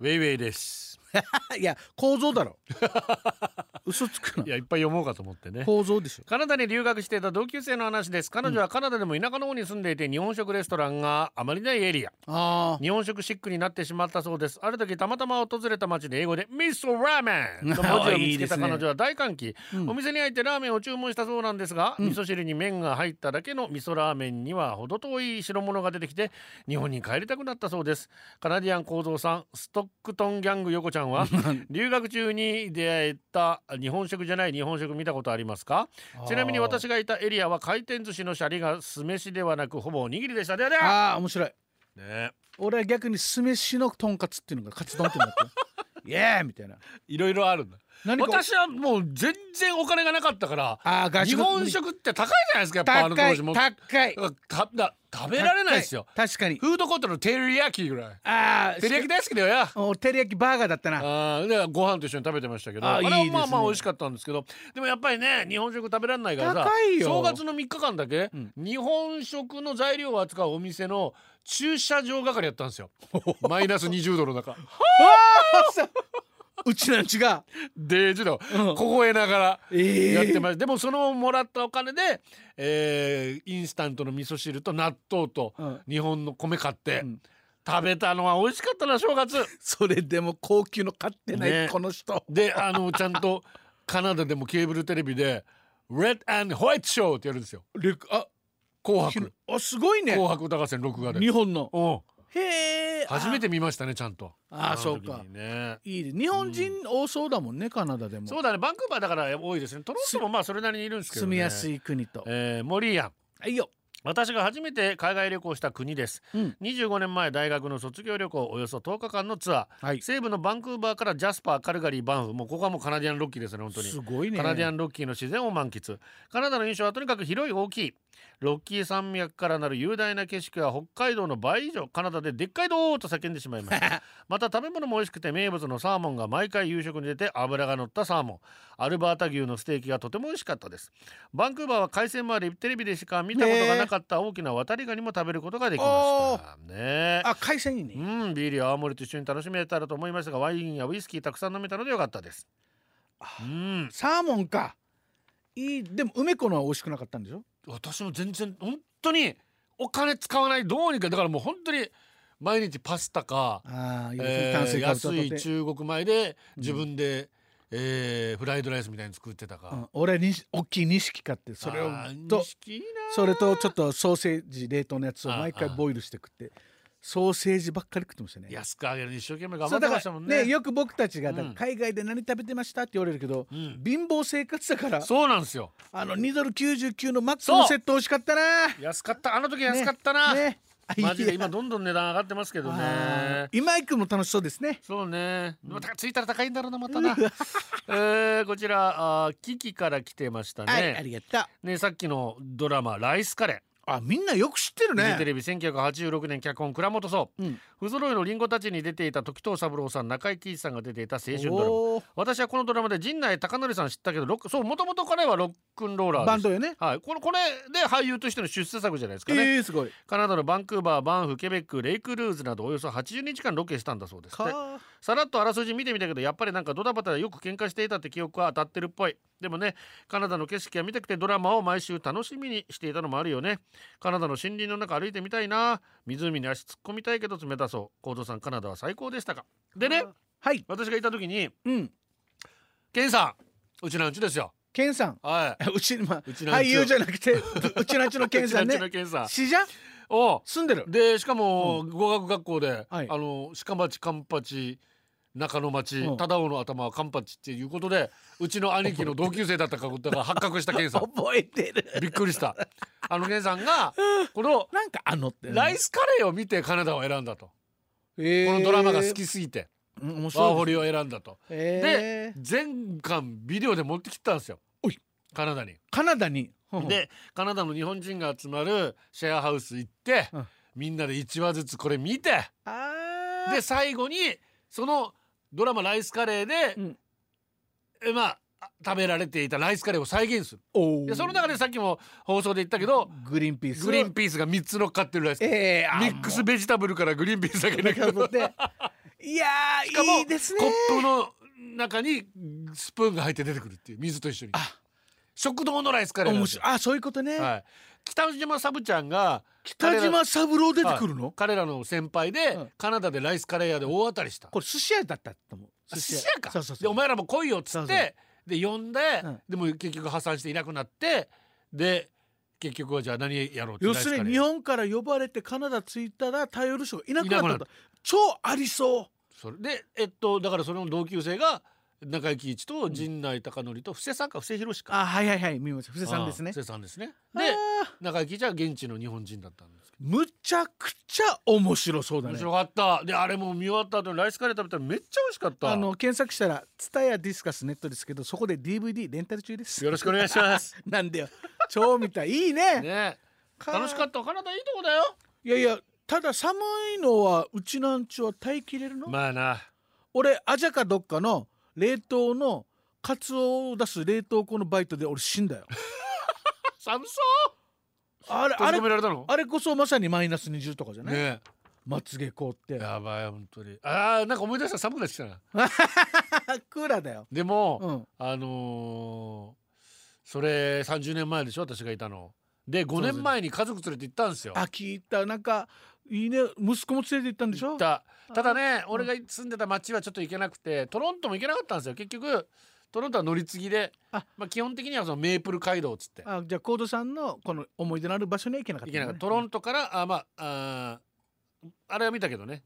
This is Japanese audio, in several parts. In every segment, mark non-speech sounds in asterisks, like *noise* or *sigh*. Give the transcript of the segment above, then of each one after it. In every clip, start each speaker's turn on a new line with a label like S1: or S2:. S1: ウェイウェイです
S2: いや構造
S1: *laughs*
S2: だろ嘘つくない
S1: やいっぱい読もうかと思ってね
S2: 構造でしょ
S1: カナダに留学していた同級生の話です彼女はカナダでも田舎の方に住んでいて日本食レストランがあまりないエリア
S2: あ
S1: 日本食シックになってしまったそうですある時たまたま訪れた町で英語で「ミスラー *laughs* メン」と文字を見つけた彼女は大歓喜お店に入ってラーメンを注文したそうなんですが、味噌汁に麺が入っただけの味噌ラーメンには程遠い白物が出てきて日本に帰りたくなったそうですカナディアン構造さんストックトンギャング横ちゃん *laughs* は留学中に出会えた日本食じゃない日本食見たことありますか
S2: あ
S1: ちなみに私がいたエリアは回転寿司のシャリが酢飯ではなくほぼおにぎりでしたではでは
S2: あー面白い
S1: ね
S2: 俺は逆に酢飯のとんかつっていうのがカツ丼ってなって *laughs* イエーイみたいない
S1: ろいろあるんだ
S2: 何か
S1: 私はもう全然お金がなかったから
S2: あー外
S1: 日
S2: 食
S1: 本食って高いじゃないですかやっぱあの
S2: 高
S1: 当
S2: い
S1: 時も
S2: 高い
S1: ただ食べられないですよ
S2: 高い確かに
S1: フードコートの照り焼きぐらい
S2: ああ
S1: 照り焼き大好きだよや
S2: お照り焼きバーガーだった *laughs* な
S1: あーでご飯と一緒に食べてましたけどあ
S2: あ
S1: れはい
S2: いです
S1: まあ
S2: ね
S1: まあ美味しかったんですけどでもやっぱりね日本食食べられないからさ
S2: 高いよ
S1: 正月の3日間だけ、
S2: うん
S1: 日本食の材料を扱うお店の駐車場係やったんです
S2: *laughs*
S1: よマイナス20度の中
S2: うちのうちが、
S1: デージの
S2: うん
S1: 凍えながら。
S2: ええ
S1: やってましたでもそのもらったお金で、えーインスタントの味噌汁と納豆と
S2: うん
S1: 日本の米買って、
S2: うん
S1: 食べたのは美味しかったな正月
S2: それでも高級の買ってない、
S1: ね
S2: この人
S1: であ
S2: *laughs*
S1: のちゃんとカナダでもケーブルテレビで「Red and White Show」ってやるんですよ
S2: レクあ
S1: 「紅
S2: ひろ
S1: 白
S2: あすごい」ね
S1: 紅白歌合戦録画で
S2: 日本の
S1: うん
S2: へえ
S1: 初めて見ましたねちゃんと
S2: あー
S1: の時
S2: そうか
S1: にね
S2: いいね日本人多そうだもんね、カナダでも
S1: そうだねバンクーバーだから多いですねトロントもまあそれなりにいるんですけど、
S2: 住
S1: ね、
S2: みやす
S1: い、
S2: い国と、
S1: えー、モリーアン
S2: いいよ、
S1: 私が初めて海外旅行した国です
S2: うん、
S1: 25年前大学の卒業旅行およそ10日間のツアー、
S2: はい
S1: 西部のバンクーバーからジャスパーカルガリーバンフもうここはもうカナディアンロッキーですね本当に
S2: すごいね
S1: カナディアンロッキーの自然を満喫カナダの印象はとにかく広い大きいロッキー山脈からなる雄大な景色は北海道の倍以上カナダででっかいどーと叫んでしまいましたまた食べ物も美味しくて名物のサーモンが毎回夕食に出て脂が乗ったサーモンアルバータ牛のステーキがとても美味しかったですバンクーバーは海鮮もありテレビでしか見たことがなかった大きな渡りガニも食べることができましたねえ
S2: *laughs* あ海鮮いいね、
S1: うん、ビールや青森と一緒に楽しめたらと思いましたがワインやウイスキーたくさん飲めたのでよかったです。うん、
S2: サーモンかいいでも梅子のは美味しくなかったんでしょ
S1: 私も全然本当にお金使わないどうにかだからもう本当に毎日パスタか、
S2: ああ、
S1: え
S2: 炭
S1: ー
S2: 水化
S1: 安
S2: 物取っ
S1: い
S2: て
S1: 中国米で自分で、えーフライドライスみたいに作ってたか、
S2: うん、俺はにし大きい錦買ってそれを
S1: あー
S2: と
S1: 錦いいな
S2: それとちょっとソーセージ冷凍のやつを毎
S1: あ
S2: 回
S1: あ
S2: ボイルして食ってソーセージばっかり食ってましたね
S1: 安くあげるの一生懸命頑張
S2: そう
S1: って
S2: だ
S1: ま
S2: か
S1: したも
S2: ら
S1: ん
S2: ね
S1: ね。
S2: よく僕たちが
S1: うん
S2: だから海外で何食べてましたって言われるけど、
S1: うん
S2: 貧乏生活だから
S1: そうなんですよ
S2: あの2ドル99のマックのセット美味しかったな
S1: 安かったあの時安かったな、
S2: ねあ
S1: マジで今
S2: い
S1: どんどん値段上がってますけど
S2: や
S1: ね
S2: あー。今井君も楽しそうですね
S1: そうね、またついたら高いんだろうなまたな、 *laughs* えーこちらあーキキから来てましたね,、
S2: はいありがとう
S1: ねさっきのドラマ「ライスカレ
S2: あみんなよく知ってる
S1: ー」フジテ
S2: ね
S1: レビ1986年脚本倉本壮
S2: うん
S1: 不揃いのリンゴたちに出ていた時藤三郎さん中井貴一さんが出ていた青春ドラマ
S2: おー
S1: 私はこのドラマで陣内孝則さん知ったけどロックそうもともと彼はロックンローラーです
S2: バンドよね
S1: はい、このこれで俳優としての出世作じゃないですかね、
S2: ええすごい
S1: カナダのバンクーバーバンフケベックレイクルーズなどおよそ80日間ロケしたんだそうですって
S2: か
S1: さらっとあらすじ見てみたけどやっぱりなんかドタバタでよく喧嘩していたって記憶は当たってるっぽいでもねカナダの景色が見たくてドラマを毎週楽しみにしていたのもあるよねカナダの森林の中歩いてみたいな湖に足突っ込みたいけど冷たそう幸三さんカナダは最高でしたかでね
S2: はい
S1: 私がいた時に
S2: うん
S1: ケンさんうちのうちですよ
S2: ケンさん *laughs*
S1: は
S2: うちまあ
S1: うちのうち
S2: 俳優じゃなくてうちのうちの
S1: い
S2: ケンさ
S1: う
S2: ん
S1: ち
S2: ね
S1: のうちのケンさん
S2: *laughs* 死者
S1: おう
S2: 住んでる
S1: でしかも、語学学校で、
S2: はい
S1: あの鹿町カンパチ中野町、
S2: うん
S1: 忠雄の頭はカンパチっていうことでうちの兄貴の同級生だったこと
S2: *laughs*
S1: が発覚した健さん
S2: 覚えてる
S1: びっくりしたあの健さんがこの
S2: なんかあのって
S1: ライスカレーを見てカナダを選んだと、
S2: えー
S1: このドラマが好きすぎて
S2: うん面
S1: ワーホ
S2: 白い
S1: リを選んだと
S2: えー
S1: 全巻ビデオで持ってきたんですよ
S2: おい
S1: カナダに。
S2: カナダに
S1: でカナダの日本人が集まるシェアハウス行って、
S2: うん
S1: みんなで1話ずつこれ見て。
S2: あー
S1: で最後にそのドラマ「ライスカレーで」
S2: うん
S1: えまああ食べられていたライスカレーを再現する
S2: おー
S1: でその中でさっきも放送で言ったけど
S2: グリーンピース
S1: グリーンピースが3つ乗っかってるライスカレー
S2: ええ
S1: ミックスベジタブルからグリーンピースだけ
S2: だ
S1: 抜
S2: けど
S1: く
S2: っていやー
S1: *laughs* しかも
S2: いいですね
S1: コップの中にスプーンが入って出てくるっていう水と一緒に
S2: あ
S1: 食堂のライスカレーなん
S2: 面
S1: ですよ
S2: 白いあそういうことね、
S1: はい、北島サブちゃんが
S2: 北島三郎出てくるの、
S1: 彼らの先輩で、
S2: うん
S1: カナダでライスカレー屋で大当たりした
S2: これ寿司屋だったと思う
S1: 寿司屋か
S2: そうそうそう
S1: でお前らも来いよっつ
S2: そ
S1: っ
S2: うそう
S1: てで呼んで、
S2: うん
S1: でも結局破産していなくなってで結局はじゃあ何やろうって
S2: 要するに日
S1: ライスカレー
S2: 本から呼ばれてカナダ着いたら頼る人がいなくなっ
S1: い
S2: た
S1: なく
S2: ん
S1: な
S2: だ超ありそう
S1: それでえっとだからその同級生が中井貴一と陣内孝則と布施さんか布施宏か
S2: あはいはいはい見ました布施さんです
S1: あ
S2: ね
S1: あ布施さんですね
S2: で
S1: で中井貴一は現地の日本人だったんですけ
S2: むちゃくちゃ面白そう
S1: ど
S2: だ
S1: 面
S2: ね
S1: 白かったであれも見終わった後にライスカレー食べたらめっちゃ美味しかった
S2: あの検索したら「ツタヤディスカスネット」ですけどそこで DVD レンタル中です
S1: よろしくお願いします。
S2: *laughs* なんだよ超みたいいいね
S1: ね楽しか
S2: った
S1: った体いいとこだよ
S2: いやいやただ寒いのはうちなんちは耐えきれるの、
S1: まあな
S2: 俺アジャかどっかの冷凍のカツオを出す冷凍庫のバイトで俺死
S1: *laughs*
S2: んだよ
S1: 寒そ
S2: あれ
S1: う閉
S2: あ
S1: じ
S2: れ
S1: 込められたの
S2: あれこそまさにマイナス20とかじゃない、
S1: ね
S2: まつげ
S1: *laughs*
S2: 凍って
S1: えやばい本当にああなんか思い出した寒くなってきたな
S2: クーラーだよ、
S1: でも、
S2: うん、
S1: あのーそれ30年前でしょ私がいたので5
S2: うそう
S1: 年前に家族連れて行ったんですよ
S2: あ聞いたなんかいいね息子も連れて行ったんでし
S1: 行
S2: ょ
S1: ったただね
S2: うん
S1: 俺が住んでた町はちょっと行けなくてトロントも行けなかったんですよ結局トロントは乗り継ぎで
S2: あ
S1: まあ、基本的にはそのメープル街道っつって
S2: あじゃあコードさんのこの思い出のある場所には行けなかった
S1: い
S2: ん
S1: け
S2: だ
S1: な
S2: ね、
S1: かったトロントからあまああーあれは見たけどね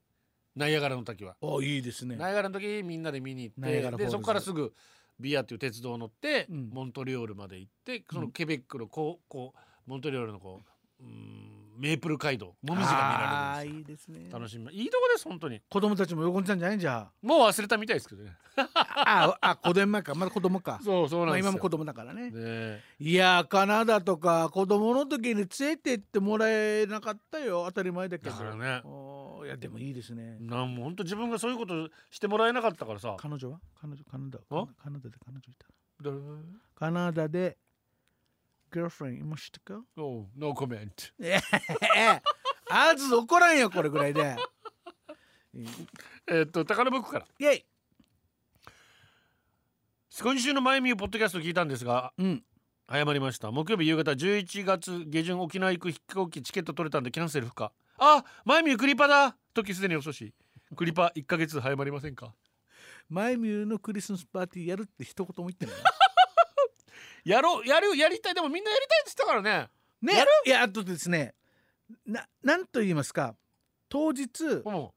S1: ナイアガラの滝は、
S2: おいいですね
S1: ナイアガラの滝みんなで見に行
S2: ナイ
S1: っ
S2: アガ
S1: て
S2: ラ
S1: で
S2: フォ
S1: そ
S2: ールズ
S1: こからすぐビアっていう鉄道を乗って、
S2: うん
S1: モントリオールまで行ってそのケベックのこうこうモントリオールのこううんメープル街道もみじが見られるんですよ
S2: あーいいですね
S1: 楽しみいいとこです本当に
S2: 子供たちも喜んでたんじゃないじゃ
S1: もう忘れたみたいですけ
S2: *laughs*
S1: どね *laughs*
S2: あああ子供かまだ子供か
S1: そうそうなん
S2: まあ、
S1: ですよ、
S2: 今も子供だから
S1: ね
S2: ね
S1: え
S2: いやーカナダとか子供の時に連れてってもらえなかったよ当たり前だけど
S1: だからね
S2: おーいやでもいいですね
S1: なんもう本当自分がそういうことしてもらえなかったからさ
S2: 彼女は彼女カナダ
S1: あ
S2: カナダで彼女いたカナダで girlfriend いましたか
S1: No, no comment
S2: あず怒らんよこれぐらい *laughs* で
S1: えっと宝箱から
S2: イエイ
S1: 今週の「マイミュー」ポッドキャスト聞いたんですが
S2: うん
S1: 謝りました木曜日夕方11月下旬沖縄行く飛行機チケット取れたんでキャンセル不可あマイミュークリパだ時すでに遅しクリパ1ヶ月早まりませんか
S2: マイミューのクリスマスパーティーやるって一言も言ってない
S1: やろうやるやりたいでもみんなやりたいって言ってた *laughs* からね
S2: ねいやあとですねななんと言いますか当日
S1: も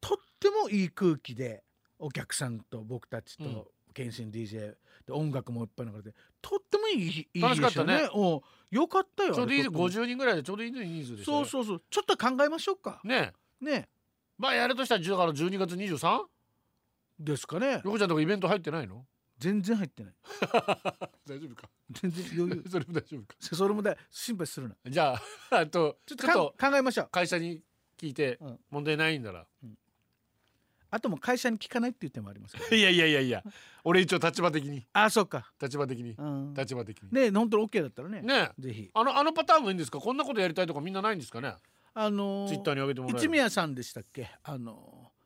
S2: とってもいい空気でお客さんと僕たち
S1: うん
S2: と謙信 DJ で音楽もいっぱい流れてとってもいい日いい
S1: 楽しかったね
S2: 日でたねうんよかった
S1: う
S2: よ
S1: ちょうどいい
S2: あれとっても
S1: 50人ぐらいでちょうどいい人数でした
S2: そ
S1: ね
S2: うそうそうちょっと考えましょうか
S1: ねえ
S2: ね
S1: まあやるとしたらだから12月 23?
S2: ですかね
S1: ロコちゃんとかイベント入ってないの
S2: 全然入ってない
S1: 大丈夫か
S2: 全然
S1: *laughs*
S2: 余裕
S1: それも大丈夫か
S2: それもだ心配するな
S1: じゃあ *laughs* あとちょっ
S2: かん
S1: と
S2: 考えましょう
S1: 会社に聞いて
S2: うん
S1: 問題ないんだら、
S2: あともう会社に聞かないっていう点もありますけど
S1: いやいやいやいや俺一応立場的に
S2: ああそうか
S1: 立場的に
S2: うん
S1: 立場的に
S2: ね本当に OK だったら
S1: *laughs*
S2: ね
S1: ねえ
S2: ぜひ
S1: あのあのパターンもいいんですかこんなことやりたいとかみんなないんですかね
S2: あのー
S1: ツイッターに上げてもらえ
S2: 一
S1: る
S2: 宮さんでしたっけあのー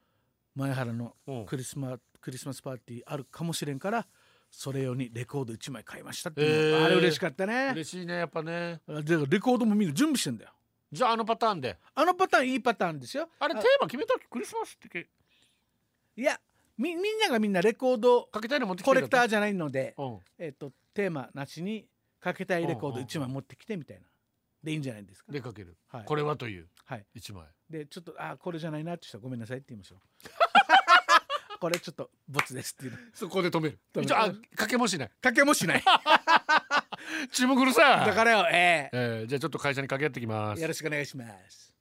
S2: 前原の
S1: うん
S2: クリスマクリスマスパーティーあるかもしれんからそれ用にレコード1枚買いましたっていうの、
S1: えー
S2: あれ嬉しかったね
S1: 嬉しいねやっぱね
S2: だからレコードもみんな準備してんだよ
S1: じゃああのパターンで
S2: あのパターンいいパターンですよ
S1: あれ
S2: あ
S1: テーマ決めたっけクリスマスってけ
S2: いやみみんながみんなレコード
S1: かけたいの持ってきて
S2: コ
S1: る
S2: レクターじゃないので、
S1: うん
S2: えっとテーマなしにかけたいレ
S1: うん
S2: コー
S1: うん
S2: ド
S1: うん
S2: 1枚持ってきてみたいなでいいんじゃないですか、
S1: でかける
S2: はい、
S1: これはという
S2: はい
S1: 一枚
S2: でちょっとあーこれじゃないなって人はごめんなさいって言いましょ *laughs* うこれちょっとボツですっていうの
S1: そこで止める
S2: 止める
S1: 一応あかけもし
S2: *laughs*
S1: ない
S2: かけもしない
S1: 注目るさ
S2: だからよえ *laughs*
S1: えーじゃあちょっと会社に掛け合ってきま
S2: ー
S1: す
S2: よろしくお願いします